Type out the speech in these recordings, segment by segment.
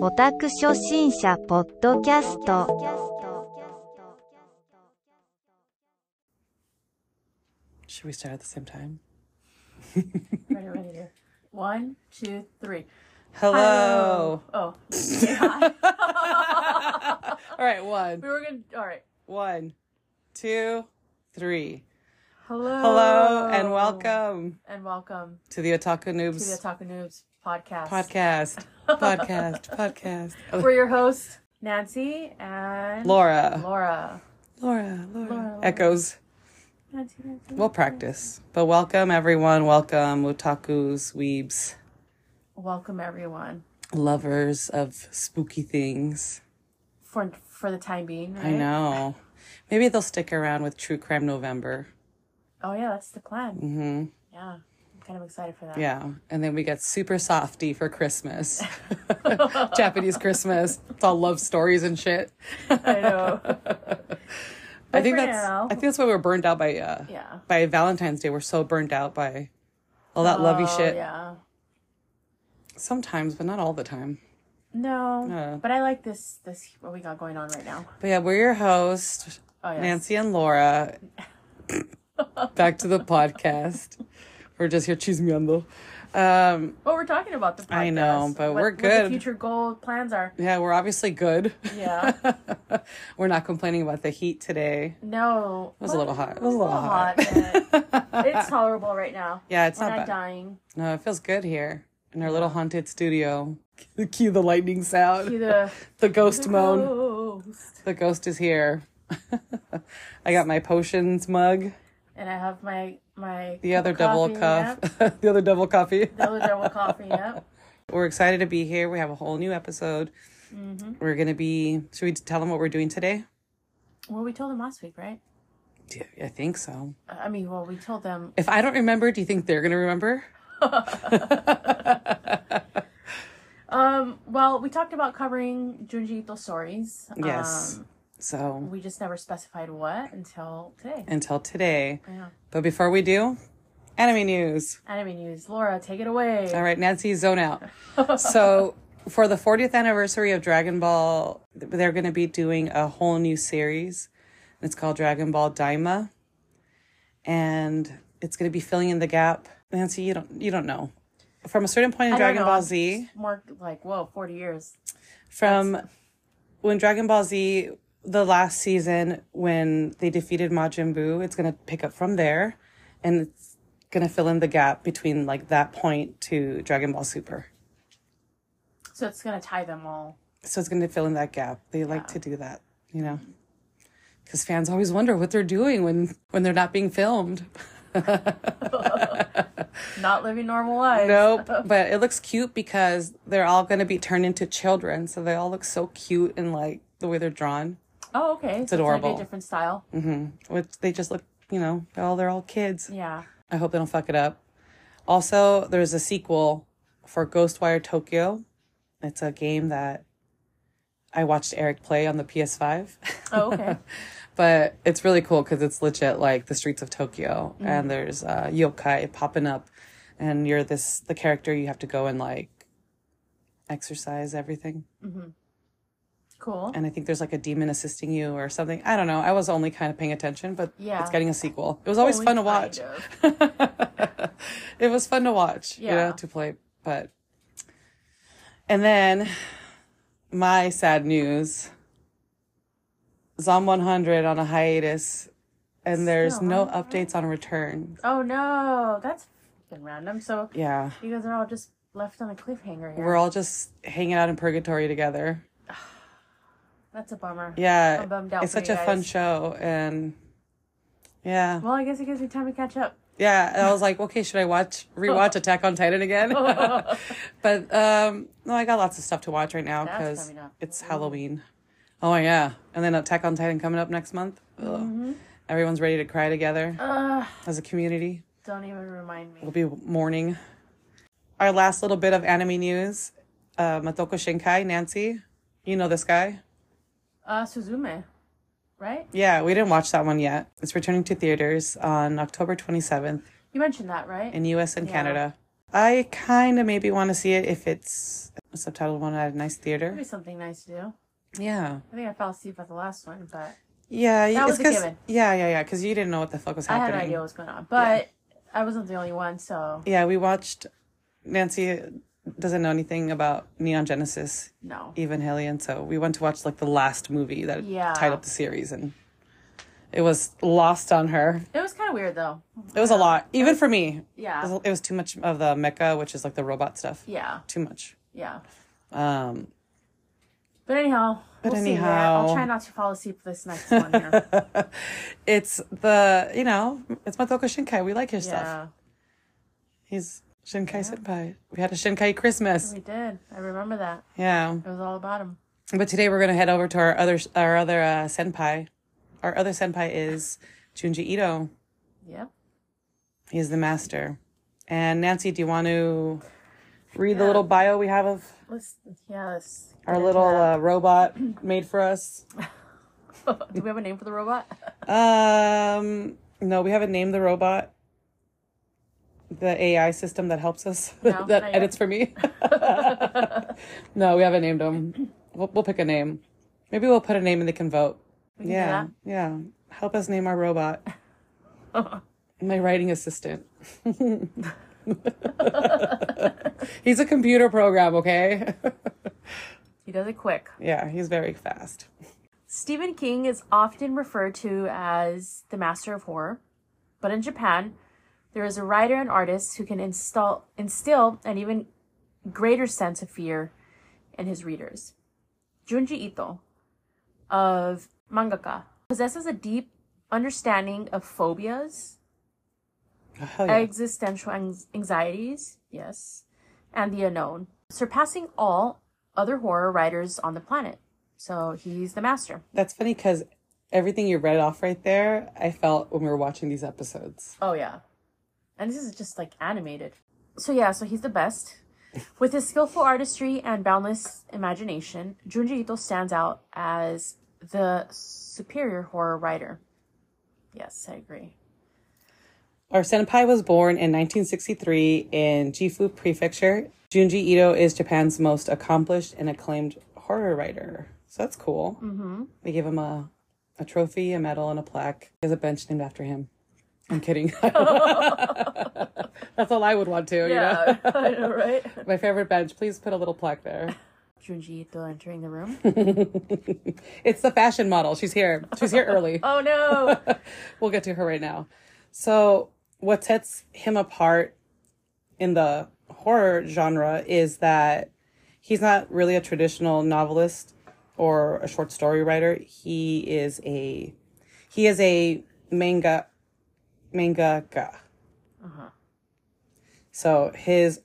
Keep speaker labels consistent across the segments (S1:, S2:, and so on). S1: オタク初心者ポッドキャスト。
S2: Should we start at the same time?
S3: Ready, ready, here. One, two, three.
S2: Hello.
S3: Oh. Say hi.
S2: All right, one,
S3: we were gonna. All right.
S2: one, two, three.
S3: Hello.
S2: Hello and welcome
S3: And welcome
S2: to the Otaku
S3: to the
S2: Noobs
S3: Otaku Noobs podcast.
S2: podcast. Podcast, podcast. Oh,
S3: We're your hosts, Nancy and
S2: Laura.
S3: Laura.
S2: Laura, Laura.
S3: Laura.
S2: Echoes.
S3: Nancy, Nancy.
S2: We'll practice. But welcome, everyone. Welcome, otakus, weebs,
S3: Welcome everyone
S2: lovers of spooky things.
S3: for for the time being.
S2: I
S3: right?
S2: know. Maybe they'll stick around with True Crime November.
S3: Oh yeah, that's the plan.
S2: hmm
S3: Yeah, I'm kind of excited for that.
S2: Yeah. And then we get super softy for Christmas. Japanese Christmas. It's all love stories and shit.
S3: I know.
S2: I think
S3: for
S2: that's
S3: now.
S2: I think that's why we're burned out by uh
S3: Yeah.
S2: by Valentine's Day. We're so burned out by all that lovey
S3: Oh,
S2: shit.
S3: Yeah.
S2: Sometimes, but not all the time.
S3: No.
S2: Yeah.
S3: But I like this this what we got going on right now.
S2: But yeah, we're your host,
S3: Oh yeah.
S2: Nancy and Laura. Back to the podcast. We're just here chismeando. Um
S3: Well, we're talking about the podcast.
S2: I know, but
S3: what,
S2: we're
S3: What
S2: good.
S3: the future goal plans are.
S2: yeah, we're obviously good.
S3: Yeah.
S2: we're not complaining about the heat today.
S3: No. It
S2: was a little hot. It was a little
S3: but it's tolerable right now.
S2: Yeah, it's
S3: we're
S2: not bad.
S3: not dying.
S2: No, it feels good here in our little haunted studio. Cue the lightning sound.
S3: Cue the
S2: the ghost moan.
S3: ghost.
S2: The ghost is here. I got my potions mug,
S3: And I have my my
S2: the other
S3: coffee,
S2: double
S3: yep.
S2: cup, the other double coffee.
S3: The other double coffee. Yep.
S2: We're excited to be here. We have a whole new episode. We're gonna be. Should we tell them what we're doing today?
S3: Well, we told them last week, right?
S2: Yeah, I think so.
S3: I mean, well, we told them.
S2: If I don't remember, do you think they're gonna remember?
S3: Um. Well, we talked about covering Junji Ito stories.
S2: Yes.
S3: Um,
S2: So
S3: we just never specified what until today.
S2: until today.
S3: Yeah.
S2: But before we do, anime news.
S3: Anime news. Laura, take it away.
S2: All right, Nancy, zone out. so, for the 40th anniversary of Dragon Ball, they're going to be doing a whole new series. It's called Dragon Ball Daima, and it's going to be filling in the gap. Nancy, you don't you don't know. From a certain point in
S3: I don't
S2: Dragon
S3: know,
S2: Ball
S3: I'm
S2: Z,
S3: just More like whoa, forty years.
S2: from when Dragon Ball Z, the last season when they defeated Majin Buu, it's going to pick up from there, and it's going to fill in the gap between like that point to Dragon Ball Super.
S3: So it's gonna tie them all.
S2: so it's going to fill in that gap they like to do that you know because fans always wonder what they're doing when when they're not being filmed
S3: Not living normal lives.
S2: nope but it looks cute because they're all going to be turned into children so they all look so cute and like the way they're drawn
S3: Oh, okay. It's, so It's gonna
S2: adorable.
S3: be a different style.
S2: which they just look you know they're all they're all kids
S3: Yeah.
S2: i hope they don't fuck it up also there's a sequel for ghostwire tokyo it's a game that i watched eric play on the ps5
S3: Oh, okay.
S2: but it's really cool because it's legit like the streets of Tokyo, and there's uh, yokai popping up, and you're this the character you have to go and like exercise everything,
S3: cool.
S2: and I think there's like a demon assisting you or something. I don't know. I was only kind of paying attention, but
S3: Yeah.
S2: it's getting a sequel. It was always
S3: Only
S2: fun to
S3: kind
S2: watch.
S3: of.
S2: It was fun to watch, yeah,
S3: Yeah.
S2: to play, but and then my sad news. Zom 100 on a hiatus, and there's
S3: Still
S2: no updates on return.
S3: Oh no, that's been random. So
S2: Yeah.
S3: you guys are all just left on a cliffhanger here.
S2: We're all just hanging out in purgatory together.
S3: That's a bummer.
S2: Yeah.
S3: I'm bummed out
S2: it's
S3: for
S2: such
S3: you
S2: a fun
S3: guys.
S2: show and yeah.
S3: Well, I guess it gives me time to catch up.
S2: Yeah, and I was like, okay, should I watch rewatch Attack on Titan again? but um no, I got lots of stuff to watch right now
S3: That's
S2: cuz
S3: coming up.
S2: it's Halloween. Oh yeah. And then Attack on Titan coming up next month. Ugh. Everyone's ready to cry together
S3: Mm-hmm. Ugh,
S2: as a community.
S3: don't even remind me.
S2: We'll be mourning. Our last little bit of anime news. Uh, Matoko Shinkai, Nancy, you know this guy.
S3: Uh, Suzume, right?
S2: Yeah, we didn't watch that one yet. It's returning to theaters on October 27th
S3: You mentioned that, right?
S2: in US and Canada. I kind of maybe want to see it if it's a subtitled one at a nice
S3: Maybe
S2: theater.
S3: something nice to do.
S2: Yeah.
S3: I think I fell asleep at the last one, but
S2: Yeah.
S3: That
S2: it's
S3: was a
S2: 'cause-
S3: given.
S2: Yeah, yeah, yeah. Because you didn't know what the fuck was
S3: I had
S2: happening.
S3: no idea what was going on. But I wasn't the only one, so
S2: Yeah, we watched. Nancy doesn't know anything about Neon Genesis
S3: no.
S2: Evangelion, so we went to watch like the last movie that
S3: Yeah.
S2: titled the series, and it was lost on her.
S3: It was kind of weird though.
S2: It was a lot, even for me. It
S3: Yeah.
S2: was, it was too much of the mecha, which is like the robot stuff.
S3: Yeah.
S2: Too much.
S3: Yeah.
S2: Um,
S3: But anyhow,
S2: But
S3: we'll see, Matt.
S2: anyhow.
S3: I'll try not to fall asleep this next one here.
S2: it's the you know it's Matoko Shinkai. We like his stuff.
S3: yeah.
S2: He's Shinkai Senpai. We had a Shinkai Christmas.
S3: We did. I remember that.
S2: Yeah.
S3: It was all about him.
S2: But today we're gonna head over to our other our other uh, senpai. Our other senpai is Junji Ito.
S3: Yep.
S2: He's the master. And Nancy, do you want to read the little bio we have of
S3: Let's yeah, let's
S2: our little uh, robot made for us?
S3: Do we have a name for the robot?
S2: Um, no, we haven't named the robot. The AI system that helps us,
S3: No,
S2: that
S3: not yet.
S2: edits for me. no, we haven't named him. We'll, we'll pick a name. Maybe we'll put a name and they can vote.
S3: do
S2: yeah, yeah. Help us name our robot. My writing assistant. he's a computer program, okay?
S3: He does it quick.
S2: yeah, he's very fast.
S3: Stephen King is often referred to as the master of horror, but in Japan, there is a writer and artist who can install, instill an even greater sense of fear in his readers. Junji Ito of Mangaka possesses a deep understanding of phobias
S2: Oh, hell yeah.
S3: existential anx- anxieties, yes, and the unknown, surpassing all other horror writers on the planet. So he's the master.
S2: That's funny because everything you read off right there, I felt when we were watching these episodes.
S3: Oh yeah. And this is just like animated. So yeah, so he's the best. With his skillful artistry and boundless imagination, Junji Ito stands out as the superior horror writer. Yes, I agree.
S2: Our senpai was born in 1963 in Gifu Prefecture. Junji Ito is Japan's most accomplished and acclaimed horror writer. So that's cool. Mm-hmm. They give him a, a trophy, a medal, and a plaque. There's a bench named after him. I'm kidding. that's all I would want to, you know?
S3: I know, right?
S2: My favorite bench. Please put a little plaque there.
S3: Junji Ito entering the room.
S2: It's the fashion model. She's here. She's here early.
S3: oh no!
S2: we'll get to her right now. So, what sets him apart in the horror genre is that he's not really a traditional novelist or a short story writer. He is a he is a manga mangaka. So his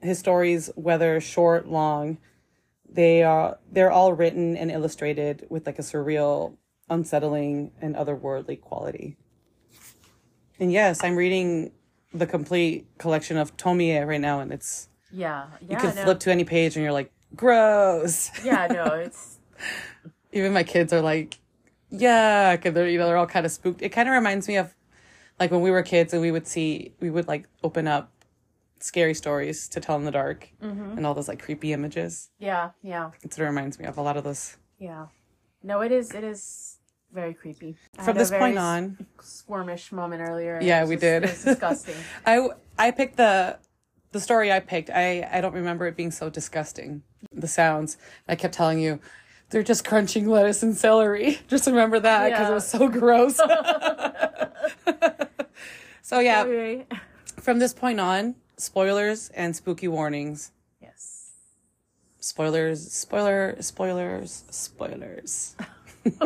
S2: his stories, whether short, long, they are they're all written and illustrated with like a surreal, unsettling, and otherworldly quality. And yes, I'm reading the complete collection of Tomie right now, and it's
S3: Yeah, yeah.
S2: you can
S3: no.
S2: flip to any page, and you're like, gross.
S3: yeah, no, it's
S2: Even my kids are like, yeah, because they're you know they're all kind of spooked. It kind of reminds me of like when we were kids and we would see we would like open up scary stories to tell in the dark
S3: Mm-hmm.
S2: and all those like creepy images.
S3: yeah, yeah,
S2: It sort of reminds me of a lot of those.
S3: yeah. No, it is. It is very creepy. I
S2: From
S3: had a
S2: this point
S3: very
S2: on,
S3: squirmish moment earlier. and
S2: Yeah,
S3: it was
S2: we
S3: just-
S2: did.
S3: It was disgusting.
S2: I I picked the the story I picked. I I don't remember it being so disgusting. The sounds I kept telling you. They're just crunching lettuce and celery. Just remember that because it
S3: Yeah.
S2: was so gross. so yeah,
S3: Okay.
S2: from this point on, spoilers and spooky warnings.
S3: yes.
S2: Spoilers, spoiler, spoilers, spoilers.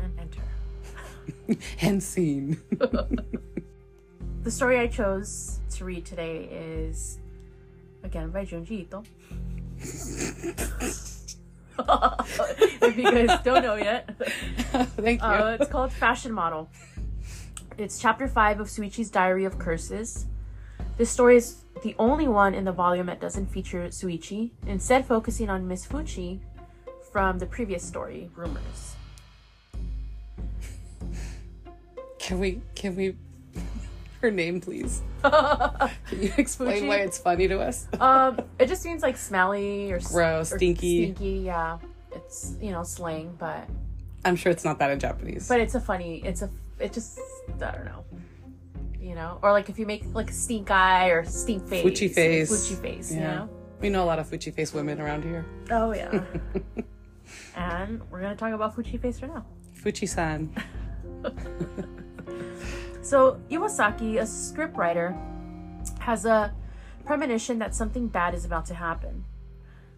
S3: And enter.
S2: and scene.
S3: The story I chose to read today is again by Junji Ito. if you guys don't know yet,
S2: Thank you.
S3: Uh, it's called Fashion Model. It's chapter five of Suichi's Diary of Curses. This story is the only one in the volume that doesn't feature Suichi, instead focusing on Miss Fuchi from the previous story, Rumors.
S2: Can we? Can we? Her name, please. Can you explain
S3: Fuji?
S2: why it's funny to us?
S3: Um, it just means like smelly or s-
S2: Gross,
S3: or
S2: stinky.
S3: Stinky, yeah. It's you know slang, but
S2: I'm sure it's not that in Japanese.
S3: but it's a funny. It's a it just I don't know. You know, or like if you make like a stink eye or stink face,
S2: Fuchi face.
S3: Fuchi face.
S2: Yeah.
S3: You know.
S2: we know a lot of fuchi face women around here.
S3: Oh yeah. and we're gonna talk about Fuchi face right now.
S2: Fuchi-san.
S3: So Iwasaki, a scriptwriter, has a premonition that something bad is about to happen.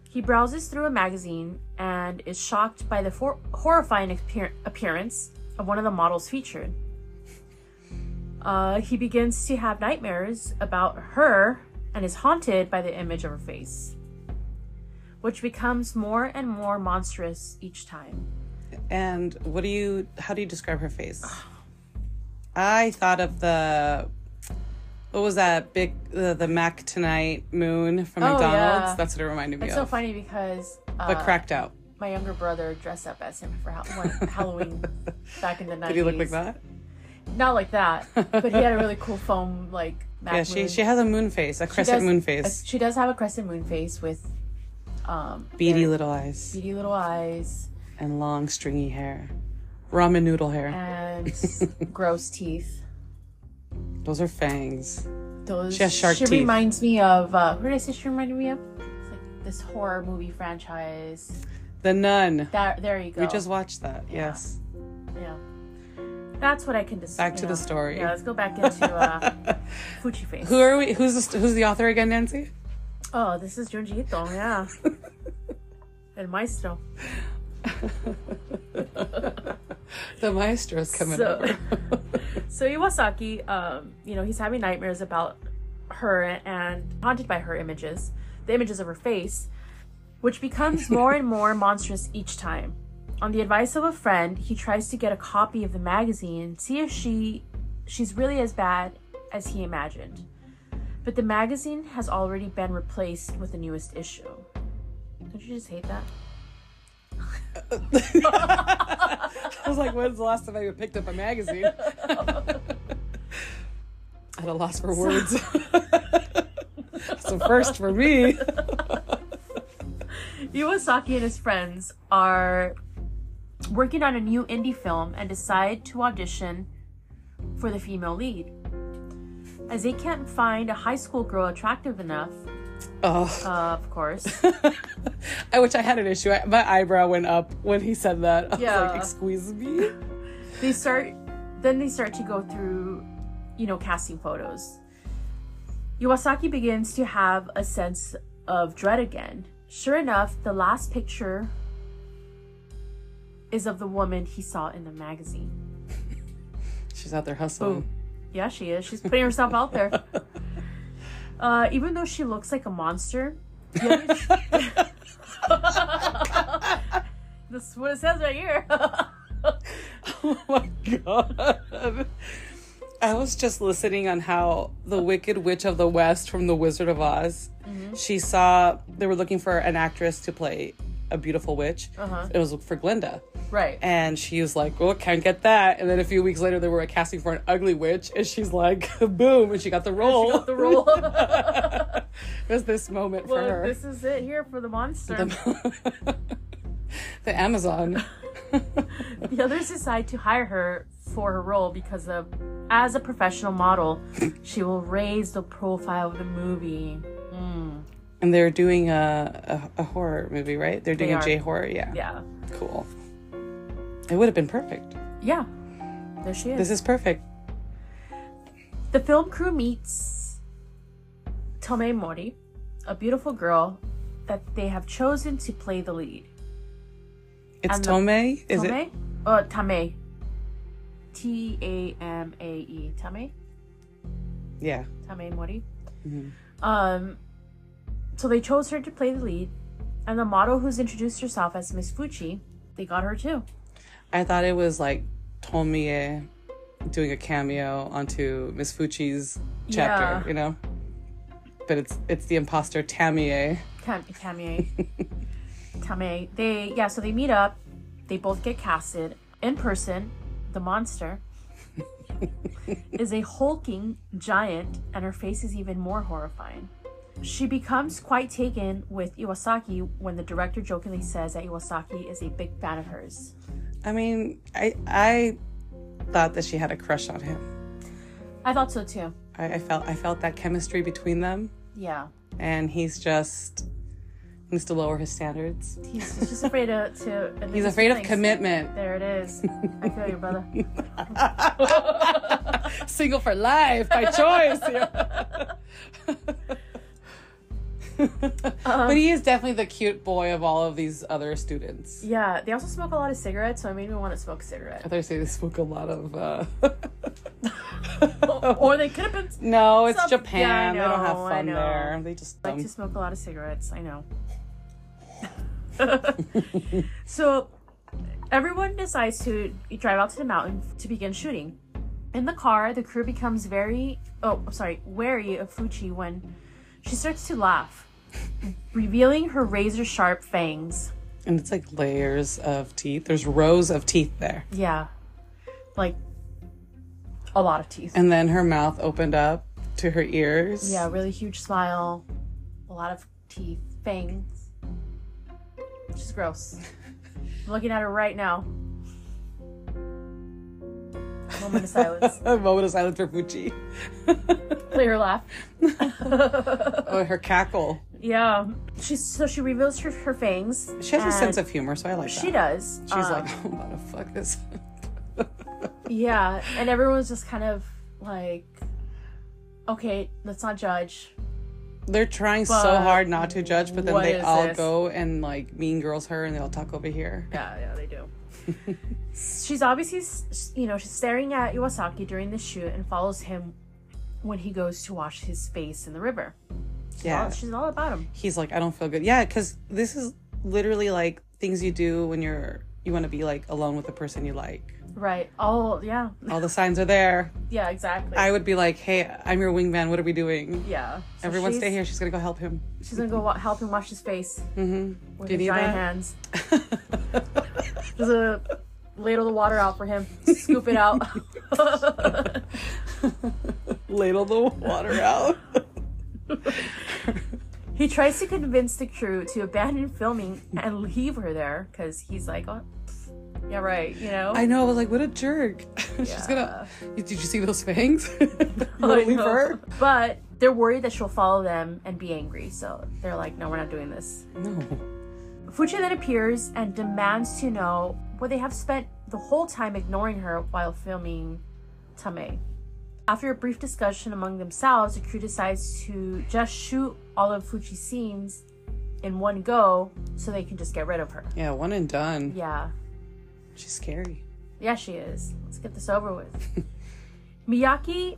S3: He browses through a magazine and is shocked by the for- horrifying appear- appearance of one of the models featured. Uh, he begins to have nightmares about her and is haunted by the image of her face, which becomes more and more monstrous each time.
S2: And what do you? How do you describe her face? I thought of the. What was that big the, the Mac Tonight Moon from
S3: Oh,
S2: McDonald's?
S3: yeah.
S2: That's what it reminded me
S3: It's so
S2: of.
S3: funny because uh,
S2: but cracked out.
S3: my younger brother dressed up as him for ha- one Halloween back in the 90s.
S2: Did he look like that?
S3: Not like that, but he had a really cool foam like Mac
S2: Yeah, she
S3: moon.
S2: she has a moon face, a crescent
S3: does-
S2: moon face,
S3: She does have a crescent moon face with um
S2: beady
S3: very
S2: little eyes,
S3: beady little eyes
S2: and long stringy hair, ramen noodle hair.
S3: and s- gross teeth.
S2: Those are fangs.
S3: Those
S2: She has shark
S3: she
S2: teeth.
S3: reminds me of uh who did I say she reminded me of? It's like this horror movie franchise.
S2: The nun.
S3: That there you go.
S2: We just watched that. Yes.
S3: yeah. That's what I can describe.
S2: Back to the story.
S3: Yeah, let's go back into uh Fuchi face.
S2: Who are we? Who's the, who's the author again, Nancy?
S3: Oh, this is Junji Ito, yeah. and Maestro.
S2: The maestro's coming
S3: So-
S2: over.
S3: So Iwasaki, um, you know, he's having nightmares about her and haunted by her images, the images of her face, which becomes more and more monstrous each time. On the advice of a friend, he tries to get a copy of the magazine and see if she she's really as bad as he imagined. But the magazine has already been replaced with the newest issue. Don't you just hate that?
S2: I was like, when's the last time I even picked up a magazine? At a loss for words. It's a first for me.
S3: Iwasaki and his friends are working on a new indie film and decide to audition for the female lead. As they can't find a high school girl attractive enough,
S2: Oh,
S3: uh, of course.
S2: I wish I had an issue. I, my eyebrow went up when he said that. I was
S3: Yeah.
S2: like, excuse me.
S3: they start then they start to go through you know casting photos iwasaki begins to have a sense of dread again sure enough the last picture is of the woman he saw in the magazine
S2: She's out there hustling.
S3: Yeah, she is. She's putting herself out there. Uh, even though she looks like a monster, the other- this is what it says right here.
S2: Oh my god. I was just listening on how the Wicked Witch of the West from The Wizard of Oz,
S3: Mm-hmm.
S2: she saw they were looking for an actress to play a beautiful witch.
S3: Uh-huh.
S2: It was for Glinda.
S3: right.
S2: And she was like, well, can't get that. And then a few weeks later, they were casting for an ugly witch. And she's like, boom. And she got the role.
S3: Got the role.
S2: it was this moment for
S3: well,
S2: her.
S3: this is it here for the monster.
S2: the, the Amazon.
S3: the others decide to hire her for her role because of as a professional model, she will raise the profile of the movie.
S2: And they're doing a, a, a horror movie, right? They're doing
S3: They
S2: a
S3: are.
S2: J horror, yeah.
S3: Yeah.
S2: Cool. It would have been perfect.
S3: Yeah. There she is.
S2: This is perfect.
S3: The film crew meets Tome Mori, a beautiful girl that they have chosen to play the lead.
S2: It's
S3: And the-
S2: Tome. Is
S3: Tome?
S2: it?
S3: Uh, Tame. T A M A E. Tame?
S2: Yeah.
S3: Tame Mori.
S2: Mm-hmm.
S3: Um, so they chose her to play the lead, and the model who's introduced herself as Miss Fuchi, they got her too.
S2: I thought it was like Tomie doing a cameo onto Miss Fuchi's chapter,
S3: Yeah.
S2: you know? But it's it's the imposter eh? Tamie.
S3: Tam- Tamie. Tamie. They yeah, so they meet up. They both get casted in person. The monster. is a hulking giant, and her face is even more horrifying. She becomes quite taken with Iwasaki when the director jokingly says that Iwasaki is a big fan of hers.
S2: I mean, I I thought that she had a crush on him.
S3: I thought so too.
S2: I, I felt I felt that chemistry between them,
S3: Yeah.
S2: and he's just needs to lower his standards.
S3: He's he's just afraid of, to.
S2: He's afraid of commitment.
S3: There it is. I feel you, brother.
S2: Single for life by choice. but he is definitely the cute boy of all of these other students.
S3: Yeah, they also smoke a lot of cigarettes, so it made me want to smoke a cigarette.
S2: I thought you said they spoke a lot of. Uh...
S3: or they could have been
S2: no, it's
S3: Some- yeah, I
S2: Japan. they don't have
S3: know, I
S2: fun
S3: know.
S2: there. They just.
S3: like
S2: um,
S3: to smoke a lot of cigarettes. I know. so everyone decides to drive out to the mountain to begin shooting. In the car, the crew becomes very oh I'm sorry wary of Fuchi when she starts to laugh, revealing her razor sharp fangs.
S2: And it's like layers of teeth. There's rows of teeth there.
S3: Yeah, like a lot of teeth.
S2: And then her mouth opened up to her ears.
S3: Yeah, really huge smile, a lot of teeth, fangs. She's gross. I'm looking at her right now. Moment of silence.
S2: A moment of silence for Fuchi.
S3: Clear laugh.
S2: Oh, her cackle.
S3: Yeah. She's so she reveals her, her fangs.
S2: She has a
S3: and
S2: sense of humor, so I like
S3: She
S2: that.
S3: does.
S2: She's
S3: um,
S2: like, "Oh, I'm about to fuck this.
S3: Yeah, and everyone's just kind of like, okay, let's not judge.
S2: They're trying so
S3: But
S2: hard not to judge, but then
S3: what
S2: they
S3: is
S2: all
S3: this?
S2: go and like mean girls her and they all talk over here.
S3: Yeah, yeah, they do. she's obviously, s- you know, she's staring at Iwasaki during the shoot and follows him when he goes to wash his face in the river.
S2: Yeah.
S3: All- Oh, She's all about him.
S2: He's like, I don't feel good. Yeah, because this is literally like things you do when you're, you want to be like alone with the person you like.
S3: Right. Oh, yeah.
S2: All the signs are there.
S3: Yeah, exactly.
S2: I would be like, hey, I'm your wingman. What are we doing?
S3: yeah. So
S2: Everyone
S3: she's-
S2: stay here. She's going to go help him.
S3: She's going to go wa- help him wash his face
S2: Mm-hmm.
S3: with
S2: Do you
S3: his
S2: need
S3: giant
S2: that?
S3: hands. Just uh, ladle the water out for him, scoop it out.
S2: Ladle the water out.
S3: He tries to convince the crew to abandon filming and leave her there because he's like, oh, pff, yeah, right, you know?
S2: I know. I was like, what a jerk. She's gonna. Did you see those fangs? You wanna
S3: I
S2: leave
S3: know.
S2: her?
S3: But they're worried that she'll follow them and be angry, so they're like, no, we're not doing this.
S2: No.
S3: Fuchi then appears and demands to know where they have spent the whole time ignoring her while filming Tame. After a brief discussion among themselves, the crew decides to just shoot all of Fuchi's scenes in one go so they can just get rid of her.
S2: Yeah, one and done.
S3: Yeah.
S2: She's scary.
S3: Yeah, she is. Let's get this over with. Miyaki,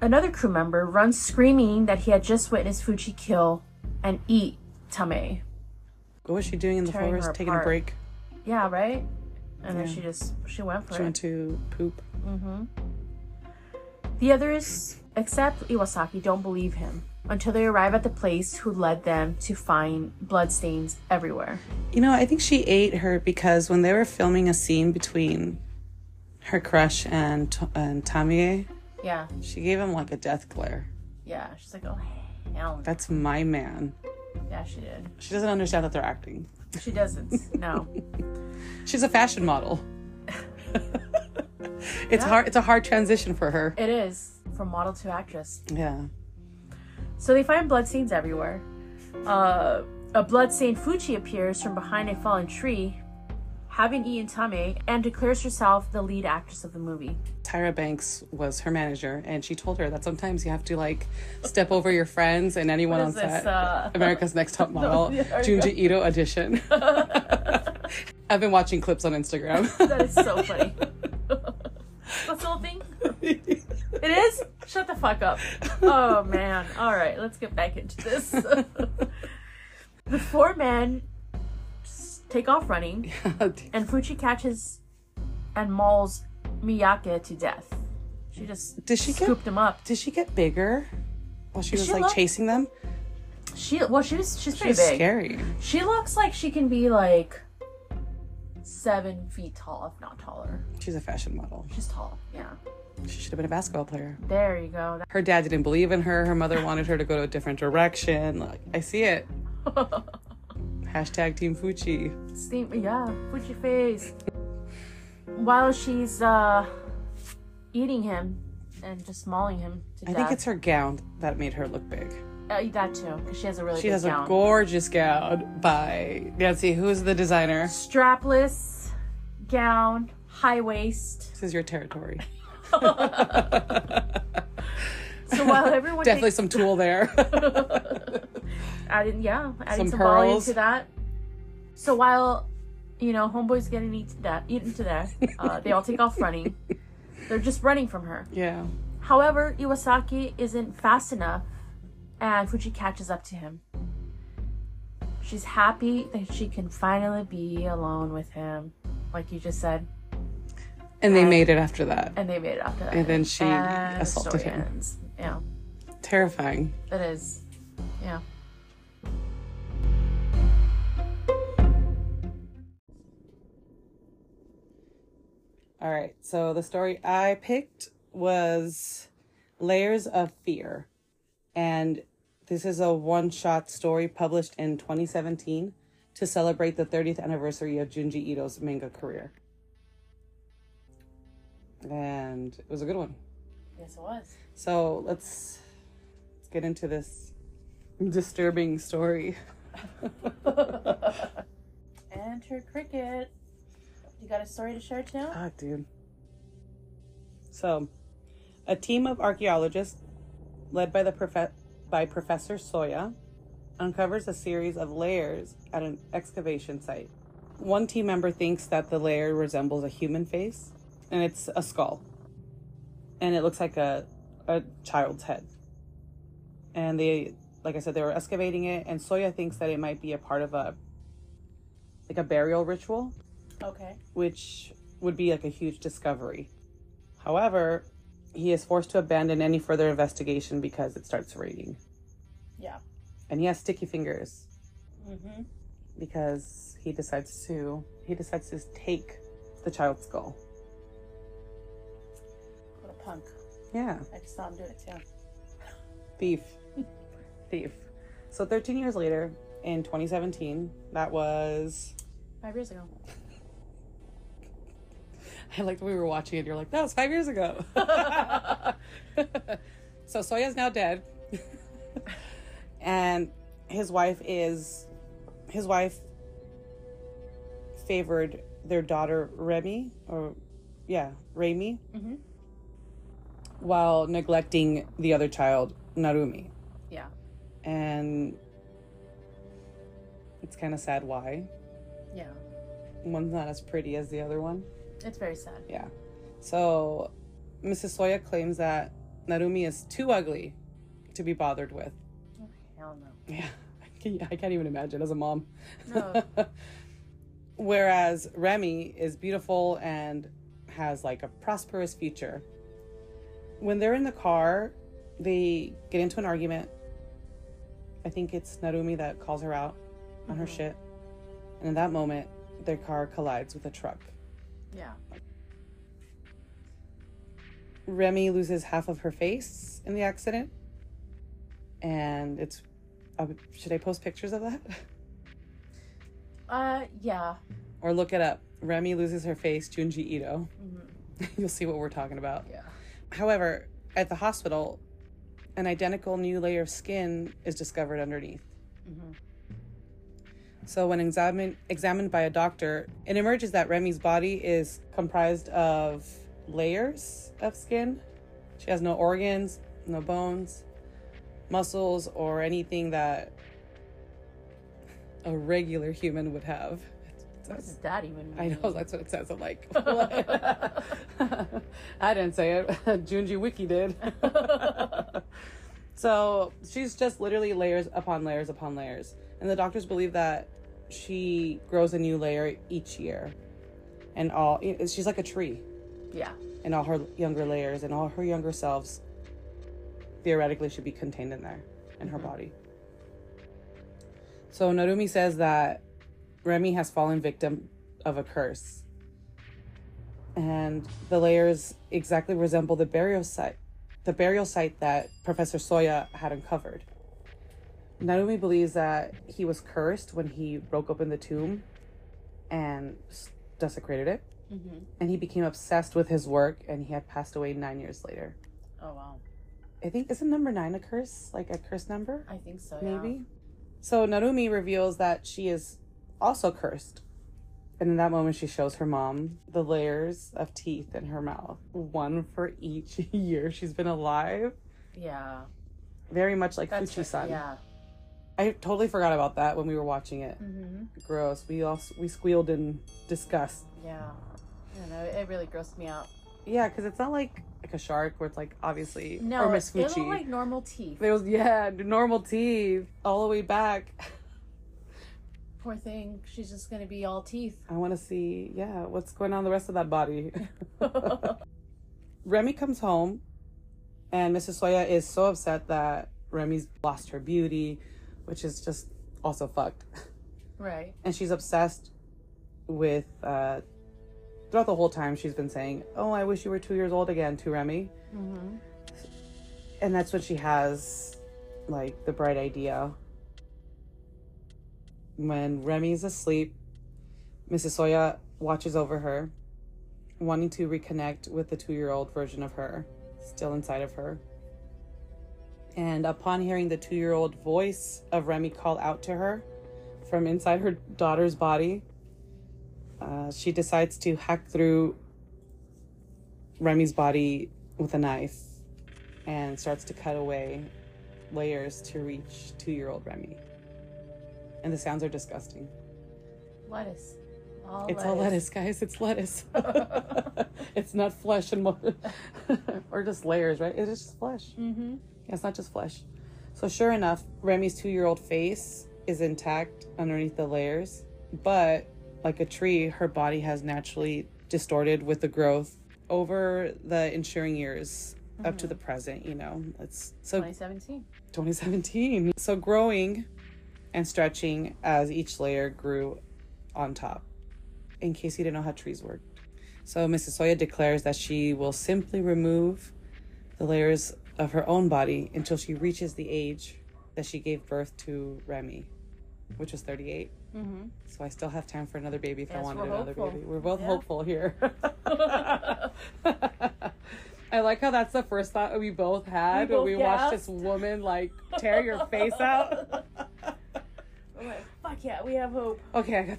S3: another crew member, runs screaming that he had just witnessed Fuchi kill and eat Tame.
S2: What was she doing in the
S3: Tearing her
S2: forest? Taking
S3: apart.
S2: a break.
S3: Yeah, right? And then she just she went for
S2: She went
S3: it.
S2: to poop.
S3: The others, except Iwasaki, don't believe him until they arrive at the place who led them to find bloodstains everywhere.
S2: You know, I think she ate her because when they were filming a scene between her crush and T- and Tamie,
S3: Yeah,
S2: she gave him like a death glare.
S3: yeah. She's like, oh hell. no."
S2: That's my man.
S3: Yeah, she did.
S2: She doesn't understand that they're acting.
S3: She doesn't. No.
S2: She's a fashion model. it's hard. It's a hard transition for her.
S3: It is from model to actress.
S2: Yeah.
S3: So they find bloodstains everywhere. Uh, a bloodstained Fuchi appears from behind a fallen tree, having eaten Tame, and declares herself the lead actress of the movie.
S2: Tyra Banks was her manager, and she told her that sometimes you have to like step over your friends and anyone on
S3: is this,
S2: set.
S3: uh,
S2: America's Next Top Model,
S3: yeah, there you
S2: Junji Ito edition. I've been watching clips on Instagram.
S3: That is so funny. What's the whole thing? It is? Shut the fuck up. Oh man. Alright, let's get back into this. the four men just take off running, and Fuchi catches and mauls Miyake to death. She just
S2: Does she get-
S3: scooped him up.
S2: Did she get bigger while she was
S3: She
S2: like
S3: looked-
S2: chasing them?
S3: She well, she's she's pretty
S2: She's
S3: big.
S2: scary.
S3: She looks like she can be like seven feet tall, if not taller.
S2: She's a fashion model.
S3: She's tall. Yeah.
S2: She should have been a basketball player.
S3: There you go.
S2: Her dad didn't believe in her. Her mother wanted her to go to a different direction. Like, I see it. Hashtag Team Fuchi.
S3: Steam, yeah, put your face. While she's uh, eating him and just mauling him to
S2: I
S3: death.
S2: think it's her gown that made her look big.
S3: uh, that too, because she has a really
S2: She
S3: big
S2: has
S3: gown.
S2: a gorgeous gown by Nancy. Who's the designer?
S3: Strapless gown, high waist.
S2: This is your territory.
S3: So while everyone
S2: Definitely
S3: takes,
S2: some tool there.
S3: added, yeah, adding
S2: some
S3: some, volume
S2: pearls.
S3: to that. So while you know homeboy's getting eaten to death, eaten to death, uh, they all take off running. They're just running from her.
S2: yeah.
S3: However, Iwasaki isn't fast enough, and Fuchi catches up to him. She's happy that she can finally be alone with him, like you just said,
S2: And they made it after that.
S3: and they made it after that.
S2: And then she
S3: And the
S2: assaulted
S3: story
S2: him.
S3: ends. Yeah,
S2: Terrifying.
S3: that is. Yeah.
S2: All right. So the story I picked was Layers of Fear. And this is a one shot story published in 2017 to celebrate the 30th anniversary of Junji Ito's manga career. And it was a good one.
S3: Yes, it was.
S2: So let's, let's get into this disturbing story.
S3: Enter cricket. You got a story to share too?
S2: Fuck, Ah, dude. So, a team of archaeologists, led by the profe- by Professor Soya, uncovers a series of layers at an excavation site. One team member thinks that the layer resembles a human face, and it's a skull, and it looks like a a child's head. And they, like I said, they were excavating it, and Soya thinks that it might be a part of a like a burial ritual
S3: Okay.
S2: which would be like a huge discovery. However, he is forced to abandon any further investigation because it starts raining.
S3: Yeah.
S2: And he has sticky fingers
S3: Mm-hmm.
S2: because he decides to he decides to take the child's skull.
S3: What a punk.
S2: Yeah.
S3: I just saw him do it too.
S2: Thief. Thief. So 13 years later, in 2017, that was
S3: Five years ago.
S2: I liked when we were watching it. You're like, that was five years ago. so Soya's now dead, and his wife is his wife favored their daughter Remy, or yeah, Remy,
S3: Mhm.
S2: while neglecting the other child Narumi,
S3: Yeah.
S2: and it's kind of sad why
S3: Yeah.
S2: one's not as pretty as the other one.
S3: It's very sad.
S2: Yeah. So Mrs. Soya claims that Narumi is too ugly to be bothered with.
S3: Oh, Hell no.
S2: Yeah. I can't, I can't even imagine as a mom.
S3: No.
S2: Whereas Remy is beautiful and has like a prosperous future. When they're in the car, they get into an argument. I think it's Narumi that calls her out on her shit. And in that moment, their car collides with a truck.
S3: Yeah.
S2: Remy loses half of her face in the accident. And it's. Uh, should I post pictures of that?
S3: Uh, yeah.
S2: Or look it up. Remy loses her face, Junji Ito.
S3: Mhm.
S2: You'll see what we're talking about.
S3: Yeah.
S2: However, at the hospital, an identical new layer of skin is discovered underneath.
S3: Mhm.
S2: So, when examined examined by a doctor, it emerges that Remy's body is comprised of layers of skin. She has no organs, no bones, muscles, or anything that a regular human would have.
S3: What does that even mean?
S2: I know that's what it says. I'm like, what? I didn't say it. Junji Wiki did. so she's just literally layers upon layers upon layers, and the doctors believe that she grows a new layer each year, and all it- she's like a tree,
S3: Yeah.
S2: and all her younger layers and all her younger selves theoretically should be contained in there in her body. So Narumi says that Remy has fallen victim of a curse. And the layers exactly resemble the burial site, the burial site that Professor Soya had uncovered. Narumi believes that he was cursed when he broke open the tomb and s- desecrated it.
S3: Mm-hmm.
S2: And he became obsessed with his work and he had passed away nine years later.
S3: Oh wow.
S2: I think, isn't number nine a curse? Like a curse number?
S3: I think so.
S2: maybe. So Narumi reveals that she is also cursed. And in that moment, she shows her mom the layers of teeth in her mouth, one for each year she's been alive.
S3: Yeah.
S2: Very much like
S3: That's
S2: Fuchi san.
S3: Yeah.
S2: I totally forgot about that when we were watching it.
S3: Mm-hmm.
S2: Gross. We all we squealed in disgust.
S3: Yeah. I don't know. It really grossed me out.
S2: Yeah, because it's not like like a shark where it's like obviously
S3: No,
S2: or
S3: it
S2: Miss
S3: it looked
S2: Fuchi.
S3: like normal teeth.
S2: there was yeah normal teeth all the way back.
S3: Poor thing. She's just gonna be all teeth.
S2: I want to see, yeah, what's going on in the rest of that body. Remy comes home, and Mrs. Soya is so upset that Remy's lost her beauty, which is just also fucked.
S3: Right.
S2: And she's obsessed with, uh, throughout the whole time, she's been saying, Oh, I wish you were two years old again to Remy.
S3: Mm-hmm.
S2: And that's when she has, like, the bright idea. When Remy's asleep, Mrs. Soya watches over her, wanting to reconnect with the two year old version of her, still inside of her. And upon hearing the two year old voice of Remy call out to her from inside her daughter's body, uh, she decides to hack through Remy's body with a knife and starts to cut away layers to reach two year old Remy. And the sounds are disgusting.
S3: Lettuce. All
S2: It's all lettuce, guys. It's lettuce. it's not flesh and more, or just layers, right? It is just flesh.
S3: Mm-hmm.
S2: Yeah, it's not just flesh. So sure enough, Remy's two-year-old face is intact underneath the layers, but like a tree, her body has naturally distorted with the growth over the ensuing years up to the present. You know, it's so
S3: 2017.
S2: 2017. So growing and stretching as each layer grew on top. In case you didn't know how trees work. So Mrs. Soya declares that she will simply remove the layers of her own body until she reaches the age that she gave birth to Remy, which was 38.
S3: Mm-hmm.
S2: So I still have time for another baby if I
S3: Yes,
S2: wanted
S3: we're
S2: another
S3: hopeful.
S2: baby. We're both
S3: Yeah.
S2: hopeful here. I like how that's the first thought we both had
S3: We
S2: when
S3: both
S2: we watched this woman like tear your face out.
S3: I'm like, fuck yeah, we have hope.
S2: Okay, I got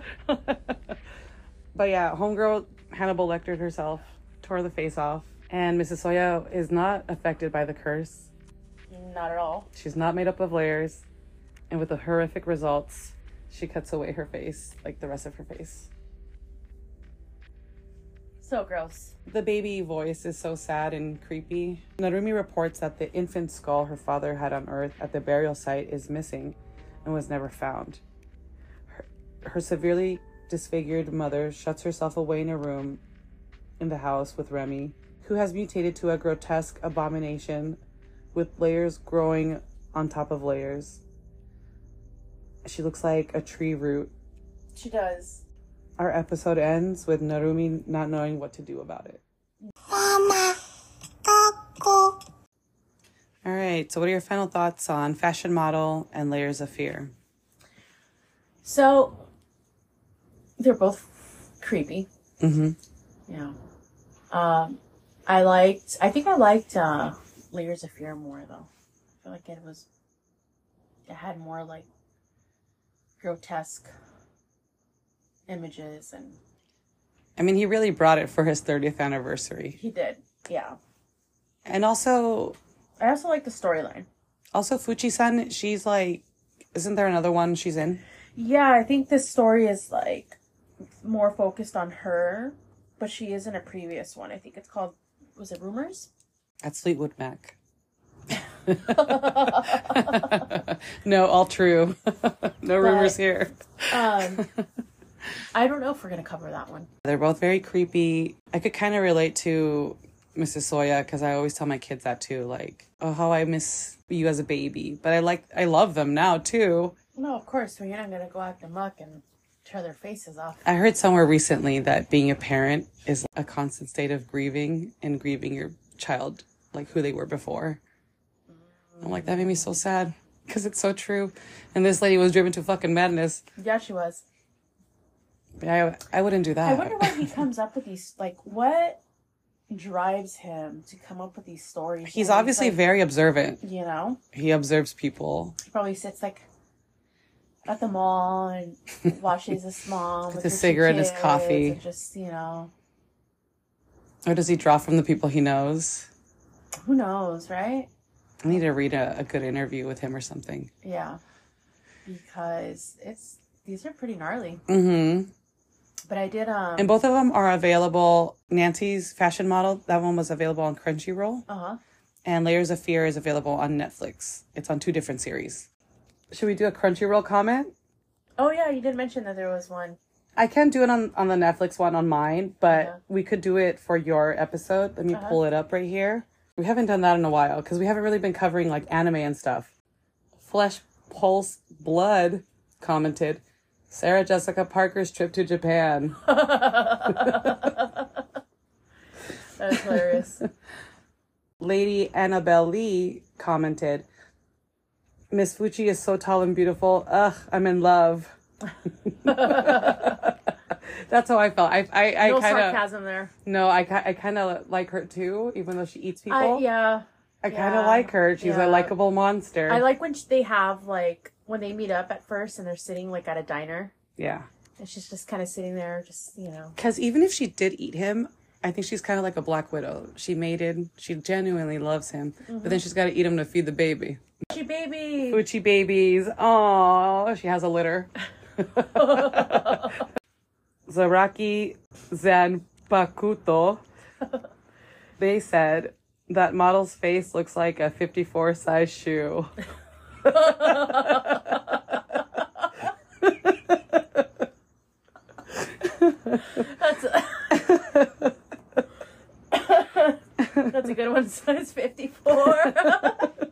S2: time. but yeah, homegirl Hannibal lectured herself, tore the face off, and Mrs. Soya is not affected by the curse.
S3: Not at all.
S2: She's not made up of layers, and with the horrific results, she cuts away her face, like the rest of her face.
S3: So gross.
S2: The baby voice is so sad and creepy. Narumi reports that the infant skull her father had unearthed at the burial site is missing and was never found. Her, her severely disfigured mother shuts herself away in a room in the house with Remy, who has mutated to a grotesque abomination with layers growing on top of layers. She looks like a tree root.
S3: She does.
S2: Our episode ends with Narumi not knowing what to do about it. All right. So, what are your final thoughts on fashion model and layers of fear?
S3: So they're both creepy. Mm-hmm. Yeah. Um, I liked. I think I liked uh, Layers of Fear more though. I feel like it was. It had more like grotesque images, and
S2: I mean, he really brought it for his 30th anniversary,
S3: he did. Yeah.
S2: and also,
S3: I also like the storyline.
S2: also Fuchi-san. She's like, isn't there another one she's in?
S3: Yeah, I think this story is like more focused on her, but she is in a previous one. I think it's called was it Rumors?
S2: At Fleetwood Mac. no, all true. no rumors here.
S3: Um I don't know if we're going to cover that one.
S2: They're both very creepy. I could kind of relate to Mrs. Soya because I always tell my kids that too. Like, oh, how I miss you as a baby, but I like, I love them now too.
S3: No, of course, when you're not going to go out the muck and tear their faces off.
S2: I heard somewhere recently that being a parent is a constant state of grieving and grieving your child like who they were before. I'm like, that made me so sad because it's so true. And this lady was driven to fucking madness.
S3: Yeah, she was.
S2: But I, I wouldn't do that.
S3: I wonder why he comes up with these. Like, what drives him to come up with these stories?
S2: He's
S3: And
S2: obviously
S3: like,
S2: very observant.
S3: you know,
S2: He observes people.
S3: he probably sits like at the mall and watches his mom with
S2: his
S3: her two
S2: cigarette and his
S3: kids
S2: coffee.
S3: and just you know,
S2: Or does he draw from the people he knows?
S3: who knows, right?
S2: I need to read a, a good interview with him or something.
S3: Yeah, because it's these are pretty gnarly.
S2: hmm
S3: But I did um.
S2: And both of them are available. Nancy's fashion model, that one was available on Crunchyroll.
S3: uh huh.
S2: And Layers of Fear is available on Netflix. It's on two different series. Should we do a Crunchyroll comment?
S3: Oh yeah, you did mention that there was one.
S2: I can do it on, on the Netflix one on mine, but
S3: Yeah.
S2: we could do it for your episode. Let me
S3: Uh-huh.
S2: pull it up right here. We haven't done that in a while because we haven't really been covering like anime and stuff. Flesh Pulse Blood commented Sarah Jessica Parker's trip to Japan.
S3: That's hilarious.
S2: Lady Annabelle Lee commented Miss Fucci is so tall and beautiful. Ugh, I'm in love. That's how I felt. I I, I
S3: no
S2: kind of
S3: sarcasm there.
S2: no. I ki- I kind of like her too, even though she eats people.
S3: I, yeah.
S2: I kind of
S3: Yeah.
S2: like her. She's
S3: Yeah.
S2: a likable monster.
S3: I like when sh- they have like when they meet up at first and they're sitting like at a diner
S2: yeah,
S3: and she's just kind of sitting there, just you know.
S2: because even if she did eat him, I think she's kind of like a black widow. She mated. She genuinely loves him, but
S3: Mm-hmm.
S2: then she's got to eat him to feed the baby.
S3: She baby.
S2: Gucci babies. Oh, she has a litter. Zaraki Zanpakuto. They said that model's face looks like a 54 size shoe.
S3: That's a, that's a good one. Size fifty four. that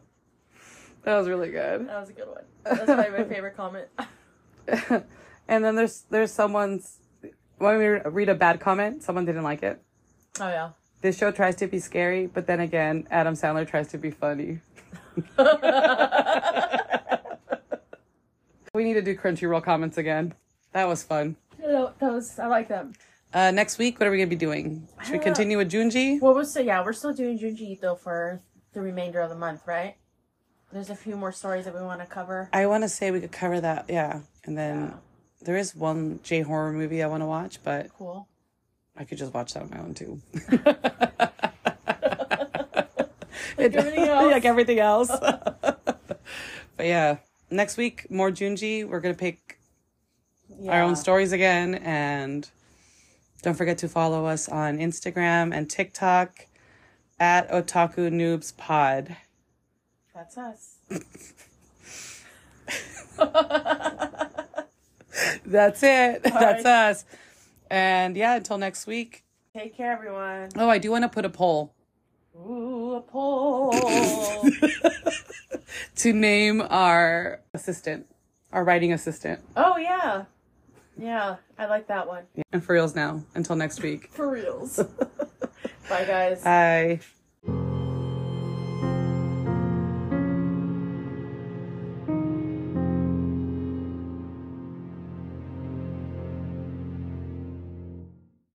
S2: That was really good.
S3: was a good one. That's probably my favorite comment.
S2: And then there's there's someone's. Want me to read a bad comment? Someone didn't like it.
S3: Oh yeah.
S2: This show tries to be scary, but then again, Adam Sandler tries to be funny. we need to do Crunchyroll comments again. That was fun.
S3: No, those I like them.
S2: Uh, next week, what are we gonna be doing? Should we continue with Junji?
S3: Well, we're still yeah, we're still doing Junji Ito for the remainder of the month, right? There's a few more stories that we want to cover.
S2: I want to say we could cover that, yeah. And then there is one J horror movie I want to watch, but
S3: Cool.
S2: I could just watch that on my own too.
S3: Like everything else.
S2: like everything else. but yeah, next week more Junji. We're gonna pick our
S3: Yeah.
S2: own stories again, and don't forget to follow us on Instagram and TikTok at Otaku Noobs Pod.
S3: That's us.
S2: That's it. That's us. And yeah, until next week.
S3: Take care, everyone.
S2: Oh, I do want to put a poll
S3: Ooh, a poll.
S2: to name our assistant, our writing assistant.
S3: oh yeah, yeah. I like that one.
S2: And for reals now. Until next week.
S3: For reals. Bye, guys.
S2: Bye.